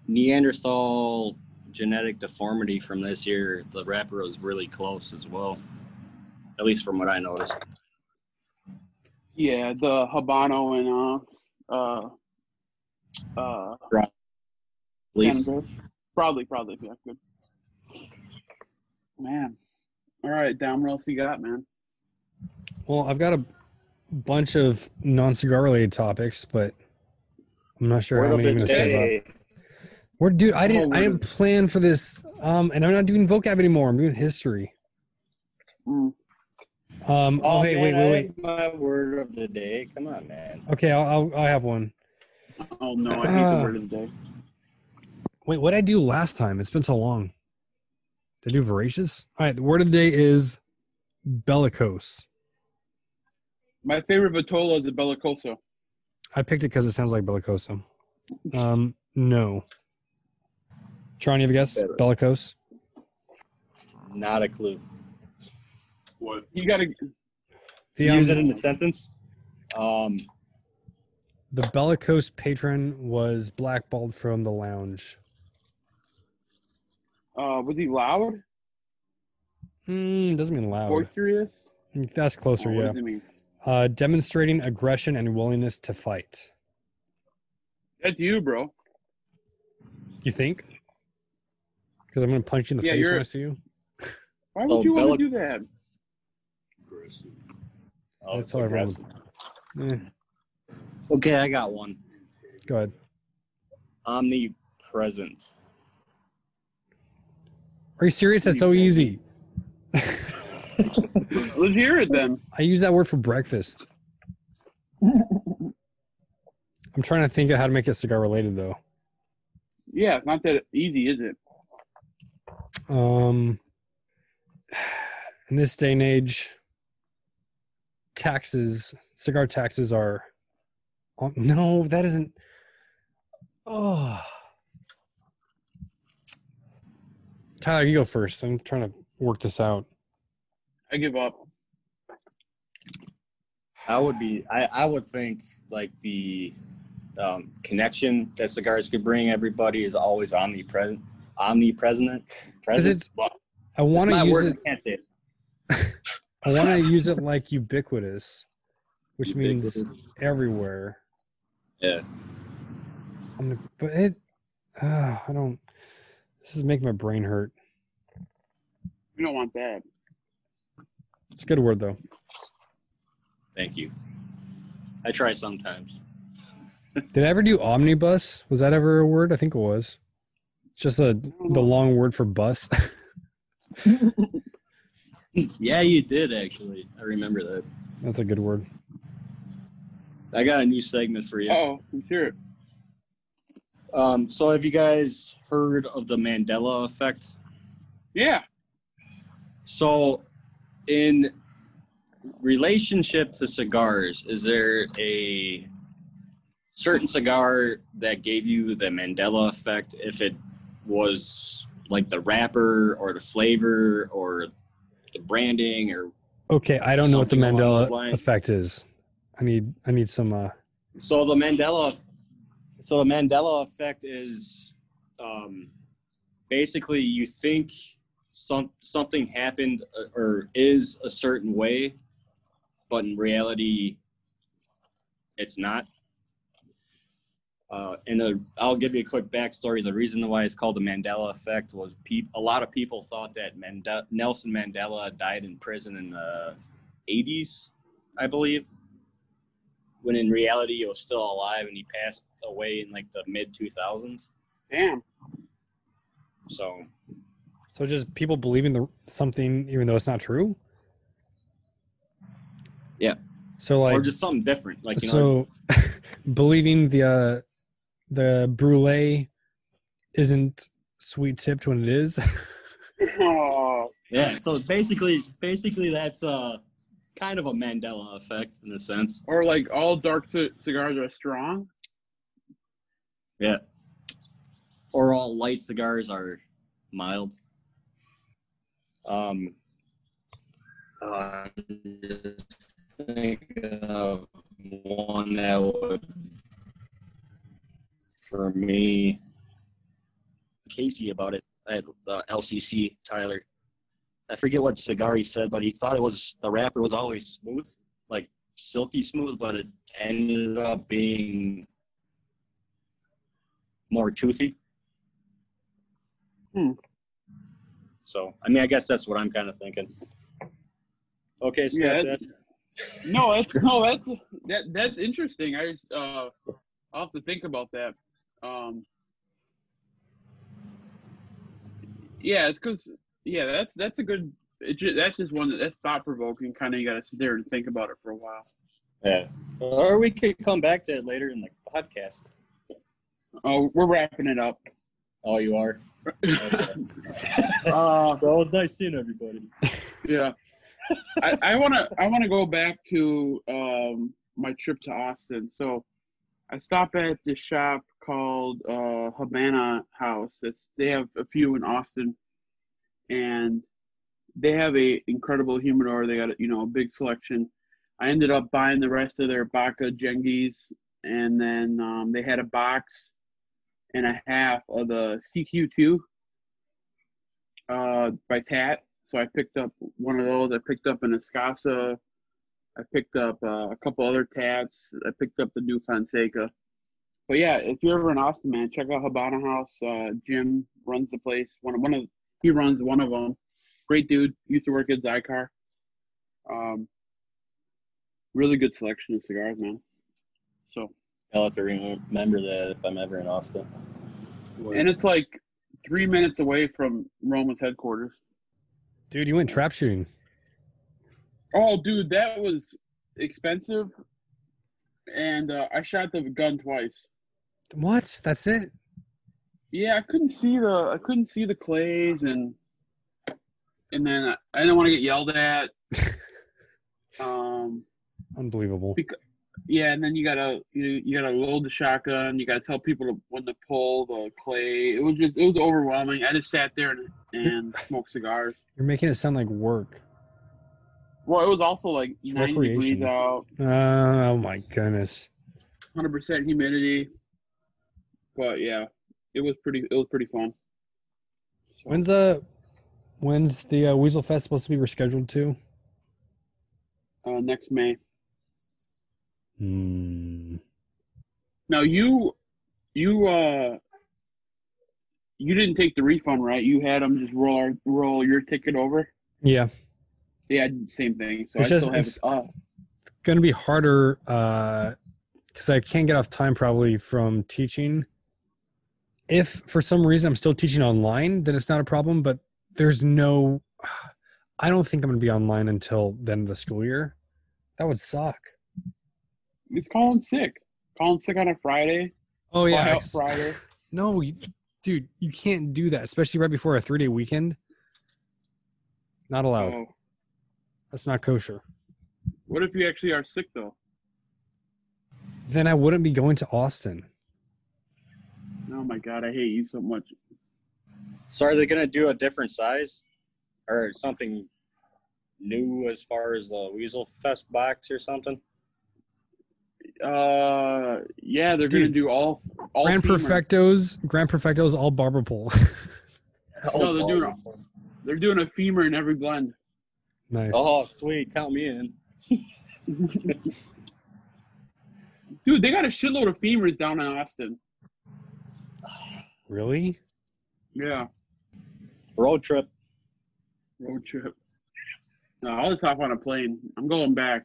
Speaker 4: Neanderthal genetic deformity from this year, the wrapper was really close as well. At least from what I noticed.
Speaker 2: Yeah, the Habano and uh, uh, uh,
Speaker 4: At least
Speaker 2: Canada. Probably, probably. Yeah, good. Man. All right, Dom, what else you got, man?
Speaker 1: Well, I've got a bunch of non-cigar related topics, but I'm not sure
Speaker 4: Word
Speaker 1: how
Speaker 4: of
Speaker 1: many
Speaker 4: the
Speaker 1: I'm going to save up.
Speaker 4: day.
Speaker 1: We're dude, I
Speaker 2: Come
Speaker 1: didn't
Speaker 2: on,
Speaker 1: I
Speaker 2: we're
Speaker 1: didn't plan for this. Um and I'm not doing vocab anymore. I'm doing history.
Speaker 2: Mm.
Speaker 1: Um oh, hey,
Speaker 4: man,
Speaker 1: wait,
Speaker 4: I
Speaker 1: wait, wait.
Speaker 4: have My word of the day. Come on, man.
Speaker 1: Okay, I'll, I'll I'll have one.
Speaker 2: Oh, no, I hate the word of the day.
Speaker 1: Wait, what did I do last time? It's been so long. Did I do voracious? All right, the word of the day is bellicose.
Speaker 2: My favorite Vitola is the Bellicoso.
Speaker 1: I picked it because it sounds like bellicoso. Um no. Tron, you have a guess?
Speaker 4: Better.
Speaker 1: Bellicose?
Speaker 4: Not a clue.
Speaker 2: What? You got to.
Speaker 1: The, um,
Speaker 4: Use it in a sentence. Um,
Speaker 1: the bellicose patron was blackballed from the lounge.
Speaker 2: Uh, was he loud?
Speaker 1: Hmm, doesn't mean loud.
Speaker 2: Boisterous?
Speaker 1: That's closer,
Speaker 2: Oh, what
Speaker 1: yeah.
Speaker 2: does it mean?
Speaker 1: Uh, demonstrating aggression and willingness to fight.
Speaker 2: That's you, bro.
Speaker 1: You think? Because I'm going to punch you in the
Speaker 2: Yeah,
Speaker 1: face
Speaker 2: you're-
Speaker 1: when I see you.
Speaker 2: Why would
Speaker 4: Oh,
Speaker 2: you want
Speaker 4: Bellic-
Speaker 2: to do that?
Speaker 4: oh,
Speaker 1: That's
Speaker 4: it's
Speaker 1: all I
Speaker 4: aggressive.
Speaker 1: Eh,
Speaker 4: Okay, I got one.
Speaker 1: go ahead.
Speaker 4: Omnipresent.
Speaker 1: Are you serious? That's so easy.
Speaker 2: Let's hear it then.
Speaker 1: I use that word for breakfast. I'm trying to think of how to make it cigar related, though.
Speaker 2: Yeah, it's not that easy, is it?
Speaker 1: Um, in this day and age, taxes, cigar taxes are. Oh, no, that isn't. Oh. Tyler, you go first. I'm trying to work this out.
Speaker 2: I give up.
Speaker 4: I would be. I, I would think like the um, connection that cigars could bring everybody is always omnipresent. Omnipresent. Present.
Speaker 1: it-
Speaker 4: Well,
Speaker 1: I
Speaker 4: it's
Speaker 1: want to
Speaker 4: my
Speaker 1: use
Speaker 4: word,
Speaker 1: it.
Speaker 4: I can't say it.
Speaker 1: I want to use it like ubiquitous, which means
Speaker 4: Ubiquitous.
Speaker 1: everywhere.
Speaker 4: Yeah.
Speaker 1: I'm gonna, but it, uh, I don't. This is making my brain hurt.
Speaker 2: You don't want that.
Speaker 1: It's a good word though.
Speaker 4: Thank you. I try sometimes.
Speaker 1: Did I ever do omnibus? Was that ever a word? I think it was. Just a the long word for bus.
Speaker 4: Yeah, you did actually. I remember that.
Speaker 1: That's a good word.
Speaker 4: I got a new segment for you.
Speaker 2: Oh, let's hear it.
Speaker 4: Um, so have you guys heard of the Mandela effect?
Speaker 2: Yeah.
Speaker 4: So, in relationship to cigars, is there a certain cigar that gave you the Mandela effect? If it was like the wrapper or the flavor or the branding, or
Speaker 1: Okay, I don't know what the
Speaker 4: Something along those
Speaker 1: Mandela
Speaker 4: lines.
Speaker 1: effect is. I need I need some. Uh,
Speaker 4: so the Mandela, so the Mandela effect is um, basically you think some something happened uh, or is a certain way, but in reality, it's not. Uh, and i I'll give you a quick backstory. The reason why it's called the Mandela effect was peop- a lot of people thought that Mande- Nelson Mandela died in prison in the 80s, I believe, when in reality he was still alive and he passed away in like the mid 2000s.
Speaker 2: Damn.
Speaker 4: So
Speaker 1: So just people believing the something even though it's not true.
Speaker 4: Yeah.
Speaker 1: So like
Speaker 4: or just something different, like you know,
Speaker 1: so believing the uh, the brulee isn't sweet tipped when it is.
Speaker 2: Oh,
Speaker 4: yeah. So basically, basically that's uh kind of a Mandela effect in a sense.
Speaker 2: or like all dark c- cigars are strong.
Speaker 4: or all light cigars are mild. Um, uh, just think of one that would, for me, Casey about it at uh, LCC, Tyler. I forget what cigar he said, but he thought it was the wrapper was always smooth, like silky smooth, but it ended up being more toothy. So, I mean, I guess that's what I'm kind of thinking. Okay, Scott.
Speaker 2: Yeah,
Speaker 4: that-
Speaker 2: No, that's no, that's that that's interesting. I just uh, I'll have to think about that. Um, yeah, it's because yeah, that's that's a good. It ju- that's just one that, that's thought provoking. Kind of you got to sit there and think about it for a while.
Speaker 4: yeah.
Speaker 3: Or we could come back to it later in the podcast.
Speaker 2: Oh, we're wrapping it up.
Speaker 4: Oh, you are. Okay.
Speaker 2: Uh,
Speaker 3: Well, it's nice seeing everybody.
Speaker 2: yeah, I, I wanna I wanna go back to um, my trip to Austin. So I stop at this shop called uh, Habana House. It's they have a few in Austin, and they have a incredible humidor. They got you know a big selection. I ended up buying the rest of their Baca Jengis, and then um, they had a box and a half of the CQ2 uh, by Tat. So I picked up one of those. I picked up an Escasa. I picked up uh, a couple other tabs. I picked up the new Fonseca. But yeah, if you're ever in Austin, man, check out Habana House. Uh, Jim runs the place. One of one of he runs one of them. Great dude. Used to work at Zycar. Um, really good selection of cigars, man. So
Speaker 4: I'll have to remember that if I'm ever in Austin.
Speaker 2: and it's like three minutes away from Roma's headquarters.
Speaker 1: Dude, you went trap shooting.
Speaker 2: Oh, dude, that was expensive. And uh, I shot the gun twice.
Speaker 1: What? That's it?
Speaker 2: Yeah, I couldn't see the I couldn't see the clays and and then I, I didn't want to get yelled at. um,
Speaker 1: Unbelievable.
Speaker 2: yeah, and then you gotta you you gotta load the shotgun. You gotta tell people to, when to pull the clay. It was just it was overwhelming. I just sat there and, and smoked cigars.
Speaker 1: You're making it sound like work.
Speaker 2: Well, it was also like
Speaker 1: It's
Speaker 2: ninety
Speaker 1: recreation.
Speaker 2: degrees out,
Speaker 1: Uh, oh my goodness.
Speaker 2: hundred percent humidity. But yeah, it was pretty it was pretty fun. So-
Speaker 1: When's uh when's the uh, Weasel Fest supposed to be rescheduled to?
Speaker 2: uh, next May.
Speaker 1: Hmm.
Speaker 2: Now you, you, uh, you didn't take the refund, right? You had them just roll our, roll your ticket over.
Speaker 1: Yeah.
Speaker 2: Yeah, same thing. So
Speaker 1: It's
Speaker 2: I
Speaker 1: just-
Speaker 2: still have
Speaker 1: it's-
Speaker 2: it Uh, up.
Speaker 1: Gonna be harder uh because I can't get off time probably from teaching. If for some reason I'm still teaching online, then it's not a problem, but there's no I don't think I'm gonna be online until the end of the school year. That would suck.
Speaker 2: It's calling sick. Calling sick on a Friday.
Speaker 1: Oh yeah.
Speaker 2: Fly
Speaker 1: I
Speaker 2: out
Speaker 1: s-
Speaker 2: Friday.
Speaker 1: No, you, dude, you can't do that, especially right before a three day weekend. Not allowed.
Speaker 2: So,
Speaker 1: That's not kosher.
Speaker 2: what if you actually are sick though?
Speaker 1: Then I wouldn't be going to Austin.
Speaker 2: Oh my God, I hate you so much.
Speaker 4: So, are they going to do a different size or something new as far as the Weasel Fest box or something?
Speaker 2: Uh, yeah, they're gonna
Speaker 1: Dude.
Speaker 2: do all all.
Speaker 1: Grand
Speaker 2: femurs.
Speaker 1: Perfectos, Grand Perfectos, all barber pole.
Speaker 2: No, they're doing They're doing a femur in every blend.
Speaker 1: nice.
Speaker 4: Oh, sweet. Count me in.
Speaker 2: Dude, they got a shitload of femurs down in Austin.
Speaker 1: Really?
Speaker 2: Yeah.
Speaker 3: Road trip.
Speaker 2: Road trip. No, I'll just hop on a plane. I'm going back.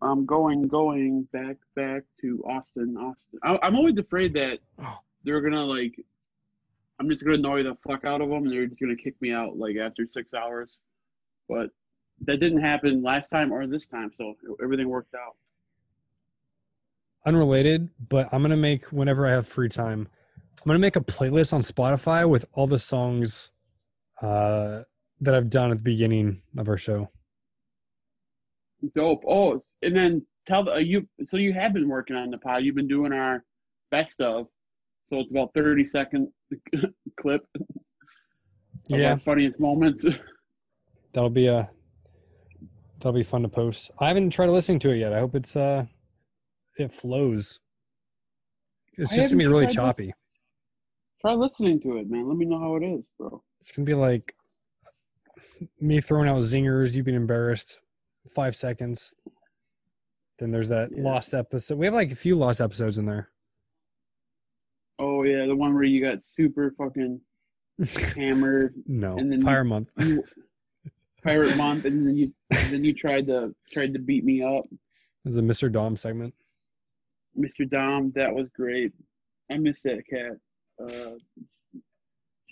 Speaker 2: I'm going, going back, back to Austin, Austin. I, I'm always afraid that they're gonna like. I'm just gonna annoy the fuck out of them, and they're just gonna kick me out like after six hours. But that didn't happen last time or this time, so everything worked out.
Speaker 1: Unrelated, but I'm gonna make whenever I have free time, I'm gonna make a playlist on Spotify with all the songs uh, that I've done at the beginning of our show.
Speaker 2: Dope. Oh, and then tell the, uh, you. So you have been working on the pod. You've been doing our best of. So it's about thirty second clip of
Speaker 1: Yeah.
Speaker 2: our funniest moments.
Speaker 1: That'll be a that'll be fun to post. I haven't tried listening to it yet. I hope it's uh it flows. It's
Speaker 2: I
Speaker 1: just gonna be
Speaker 2: haven't
Speaker 1: really
Speaker 2: tried
Speaker 1: choppy.
Speaker 2: Try listening to it, man. Let me know how it is, bro.
Speaker 1: It's gonna be like me throwing out zingers, you being embarrassed, five seconds. Then there's that
Speaker 2: Yeah.
Speaker 1: lost episode. We have like a few lost episodes in there.
Speaker 2: Oh yeah, the one where you got super fucking hammered
Speaker 1: no,
Speaker 2: And then-
Speaker 1: Fire Month.
Speaker 2: you- pirate month, and then you then you tried to tried to beat me up,
Speaker 1: This is a Mr. Dom segment.
Speaker 2: Mr. Dom. That was great. I miss that cat. Uh,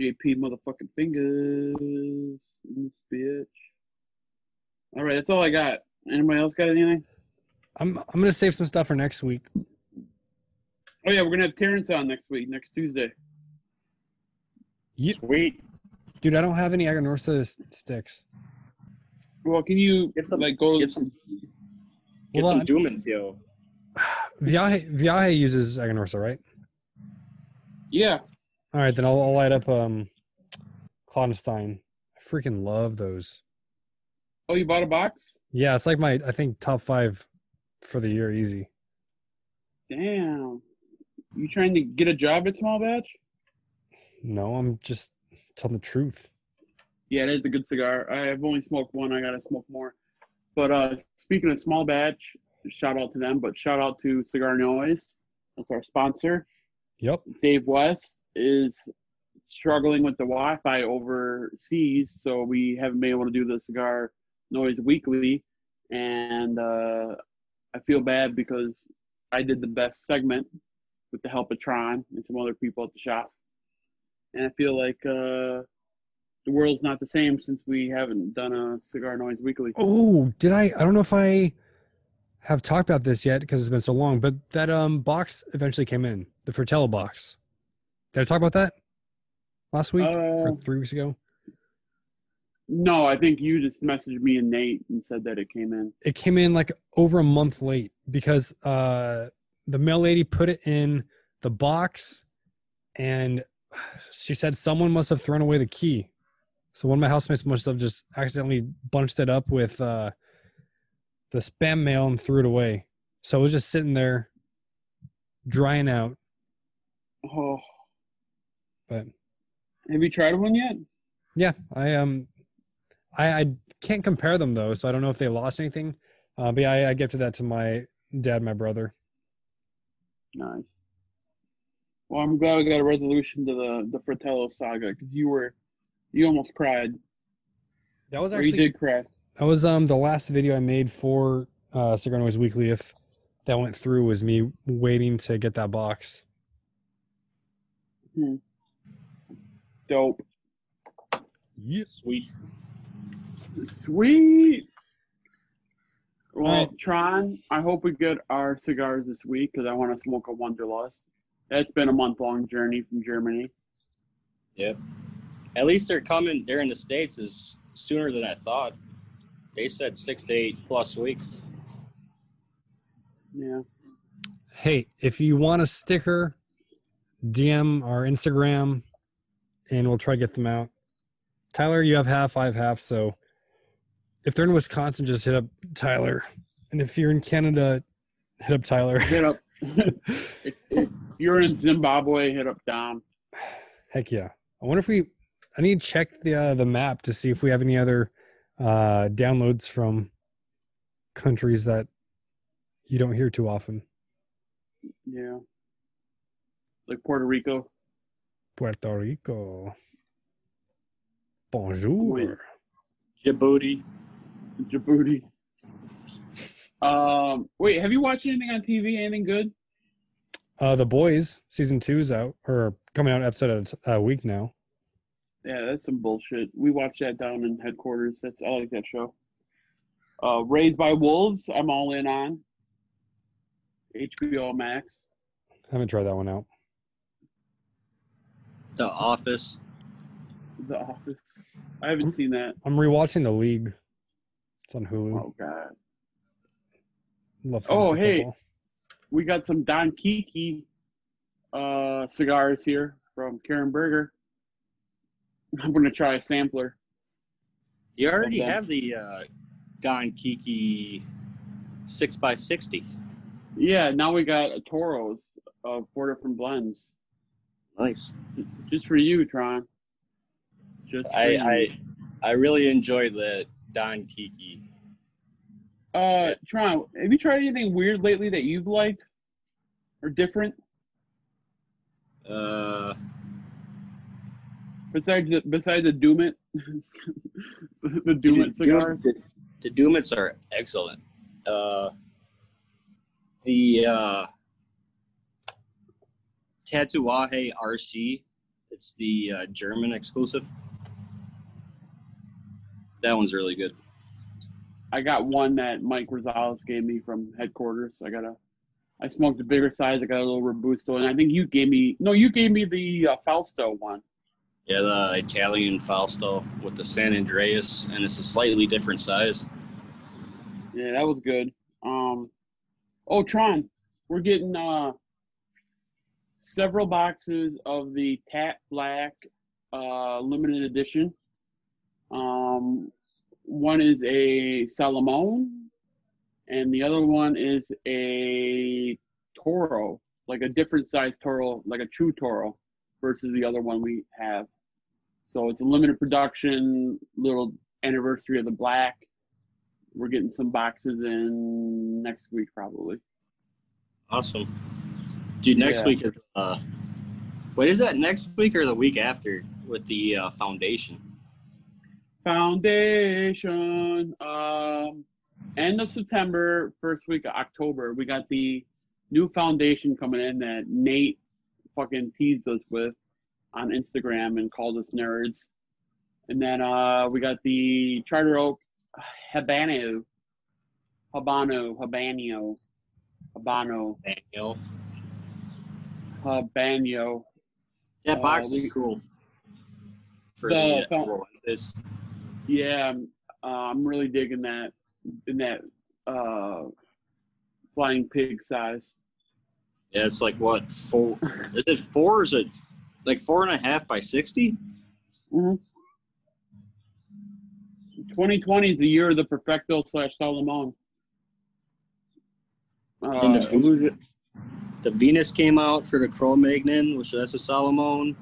Speaker 2: JP motherfucking fingers in this bitch. All right, that's all I got. Anybody else got anything?
Speaker 1: I'm I'm gonna save some stuff for next week.
Speaker 2: Oh yeah, we're gonna have Terrence on next week, next Tuesday.
Speaker 1: Ye-
Speaker 3: Sweet.
Speaker 1: Dude, I don't have any Agonorsa s- sticks.
Speaker 2: Well, can you
Speaker 3: Get some-
Speaker 2: like go?
Speaker 3: Get some, get
Speaker 1: Hold
Speaker 3: some
Speaker 1: on.
Speaker 3: doom and theo.
Speaker 1: Viaje, Viaje uses Agonorsa, right?
Speaker 2: Yeah,
Speaker 1: All right, then I'll, I'll light up um Klonstein. I freaking love those.
Speaker 2: Oh, you bought a box?
Speaker 1: Yeah, it's like my I think top five for the year easy.
Speaker 2: Damn. You trying to get a job at Small Batch?
Speaker 1: No, I'm just telling the truth.
Speaker 2: Yeah, it is a good cigar. I've only smoked one. I gotta smoke more. But uh, speaking of Small Batch, shout out to them. But shout out to Cigar Noise. That's our sponsor.
Speaker 1: Yep.
Speaker 2: Dave West is struggling with the Wi-Fi overseas, so we haven't been able to do the Cigar Noise weekly. And uh, I feel bad because I did the best segment with the help of Tron and some other people at the shop. And I feel like uh, the world's not the same since we haven't done a Cigar Noise weekly.
Speaker 1: Oh, did I? I don't know if I have talked about this yet because it's been so long. But that um box eventually came in the Fratello box. Did I talk about that last week
Speaker 2: Uh,
Speaker 1: or three weeks ago?
Speaker 2: no, I think you just messaged me and Nate and said that it came in.
Speaker 1: it came in like over a month late because uh, the mail lady put it in the box and she said someone must have thrown away the key. So one of my housemates must have just accidentally bunched it up with uh, the spam mail and threw it away. So it was just sitting there drying out.
Speaker 2: Oh,
Speaker 1: But
Speaker 2: have you tried one yet?
Speaker 1: yeah, I um, I, I can't compare them though, so I don't know if they lost anything. Uh, but yeah, I, I gifted that to my dad, and my brother.
Speaker 2: Nice. Well, I'm glad we got a resolution to the the Fratello saga because you were, you almost cried.
Speaker 1: That was
Speaker 2: Or you
Speaker 1: actually
Speaker 2: did cry.
Speaker 1: that was um the last video I made for uh Cigar Noise Weekly if that went through was me waiting to get that box.
Speaker 2: Dope.
Speaker 3: Sweet.
Speaker 2: Sweet. Well,
Speaker 1: Alright.
Speaker 2: Tron, I hope we get our cigars this week because I want to smoke a Wonderlust. That's been a month long journey from Germany.
Speaker 3: At least they're coming there in the states is sooner than I thought. They said six to eight plus weeks.
Speaker 2: Yeah.
Speaker 1: Hey, if you want a sticker, DM our Instagram and we'll try to get them out. Tyler, you have half, I have half, so if they're in Wisconsin, just hit up Tyler. And if you're in Canada, hit up Tyler.
Speaker 2: Hit up. if, if you're in Zimbabwe, hit up Dom.
Speaker 1: Heck yeah. I wonder if we. I need to check the uh, the map to see if we have any other uh, downloads from countries that you don't hear too often.
Speaker 2: Yeah. like Puerto Rico.
Speaker 1: Puerto Rico. Bonjour.
Speaker 4: Djibouti.
Speaker 2: Djibouti. Um, wait, have you watched anything on TV? Anything good?
Speaker 1: Uh, the Boys season two is out or coming out episode a uh, week now.
Speaker 2: Yeah, that's some bullshit. We watched that down in headquarters. That's I like that show. Uh, Raised by Wolves, I'm all in on. HBO Max.
Speaker 1: haven't tried that one out.
Speaker 4: The Office.
Speaker 2: The Office. I haven't seen that.
Speaker 1: I'm rewatching The League. It's on Hulu.
Speaker 2: Oh God.
Speaker 1: Love
Speaker 2: Oh,
Speaker 1: fantasy
Speaker 2: hey.
Speaker 1: football.
Speaker 2: We got some Don Kiki uh, cigars here from Karen Berger. I'm gonna try a sampler.
Speaker 4: You already
Speaker 2: Okay.
Speaker 4: have the uh, Don Kiki six by sixty.
Speaker 2: Yeah, now we got a Toros of four different blends.
Speaker 4: Nice.
Speaker 2: Just for you, Tron. Just for you.
Speaker 4: I I, I really enjoyed the Don Kiki.
Speaker 2: Uh, Tron, have you tried anything weird lately that you've liked or different
Speaker 4: Uh,
Speaker 2: besides the, besides the Doom It, the Doom It cigars?
Speaker 4: The, the Doomits are excellent. Uh, the uh, Tatuaje RC, it's the uh, German exclusive. That one's really good.
Speaker 2: I got one that Mike Rosales gave me from headquarters. I got a, I smoked a bigger size. I got a little robusto, and I think you gave me no, you gave me the uh, Fausto one.
Speaker 4: Yeah, the Italian Fausto with the San Andreas, and it's a slightly different size.
Speaker 2: Yeah, that was good. Um, oh Tron, we're getting uh several boxes of the Tat Black uh limited edition. Um, one is a Salomon, and the other one is a Toro, like a different size Toro, like a true Toro, versus the other one we have. So it's a limited production, little anniversary of the black. We're getting some boxes in next week probably.
Speaker 4: Awesome. Dude, next
Speaker 2: Yeah.
Speaker 4: week is. Uh, what is that next week or the week after with the uh, foundation?
Speaker 2: Foundation. Um, end of September, first week of October, we got the new foundation coming in that Nate fucking teased us with on Instagram and called us nerds. And then uh, we got the Charter Oak Habano, Habano, Habano, Habano,
Speaker 4: Daniel.
Speaker 2: Habano.
Speaker 4: That box
Speaker 2: Uh, we-
Speaker 4: is cool. For
Speaker 2: The
Speaker 4: the,
Speaker 2: found-
Speaker 4: well, it's-
Speaker 2: Yeah, I'm- uh, I'm really digging that in that uh, flying pig size.
Speaker 4: yeah, it's like what four? is it four? Or is it like four and a half by sixty?
Speaker 2: 2020 is the year of the perfecto slash Solomon.
Speaker 4: And
Speaker 2: Uh,
Speaker 4: the, the Venus came out for the Cro Magnon, which that's a Solomon.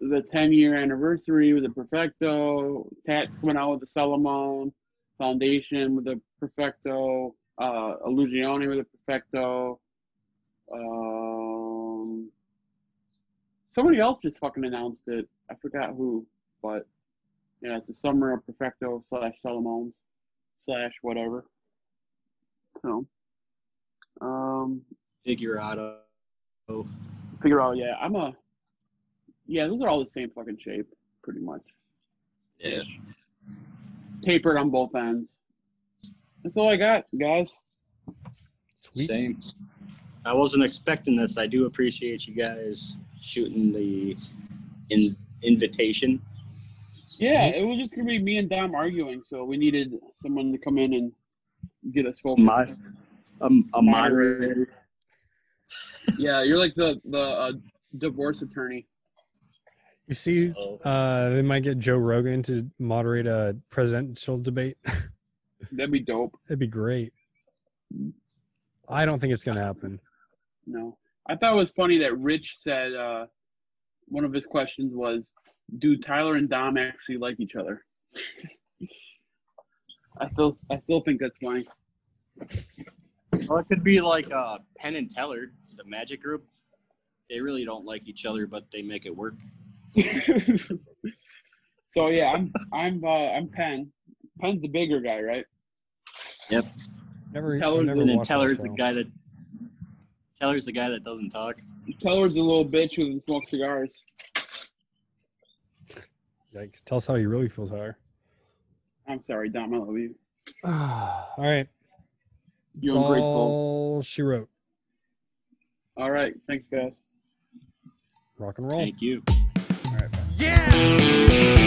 Speaker 2: the 10 year anniversary with the perfecto. Tats coming out with the Solomon. Foundation with the perfecto. Uh, Illusione with the perfecto. Um, somebody else just fucking announced it. I forgot who, but yeah, it's the summer of perfecto slash Solomon slash whatever. So, um,
Speaker 4: Figurado.
Speaker 2: figure out. Yeah, I'm a. Yeah, those are all the same fucking shape, pretty much.
Speaker 4: Yeah.
Speaker 2: Tapered on both ends. That's all I got, guys.
Speaker 1: Sweet.
Speaker 4: Same. I wasn't expecting this. I do appreciate you guys shooting the in, invitation.
Speaker 2: Yeah, it was just gonna be me and Dom arguing, so we needed someone to come in and get us focused.
Speaker 4: Mod, a, a moderator.
Speaker 2: yeah, you're like the the uh, divorce attorney.
Speaker 1: You see,
Speaker 4: Oh,
Speaker 1: uh, they might get Joe Rogan to moderate a presidential debate.
Speaker 2: That'd be dope.
Speaker 1: That'd be great. I don't think it's gonna happen.
Speaker 2: No, I thought it was funny that Rich said uh, one of his questions was, "Do Tyler and Dom actually like each other?" I still, I still think that's funny.
Speaker 4: Well, it could be like uh, Penn and Teller, the magic group. they really don't like each other, but they make it work.
Speaker 2: so yeah, I'm I'm uh, I'm Penn. Penn's the bigger guy, right?
Speaker 1: Never,
Speaker 2: Teller's
Speaker 1: I've never
Speaker 4: and then
Speaker 1: watched that
Speaker 4: Teller's the
Speaker 1: show.
Speaker 4: guy that Teller's the guy that doesn't talk.
Speaker 2: Teller's a little bitch who doesn't smoke cigars.
Speaker 1: Yikes! Tell us how you really feel, Tyler.
Speaker 2: I'm sorry, Dom. I love you.
Speaker 1: all right. That's
Speaker 2: You're ungrateful.
Speaker 1: all she wrote.
Speaker 2: All right, thanks guys.
Speaker 1: Rock and roll.
Speaker 4: Thank you.
Speaker 2: All right. Bye.
Speaker 5: Yeah.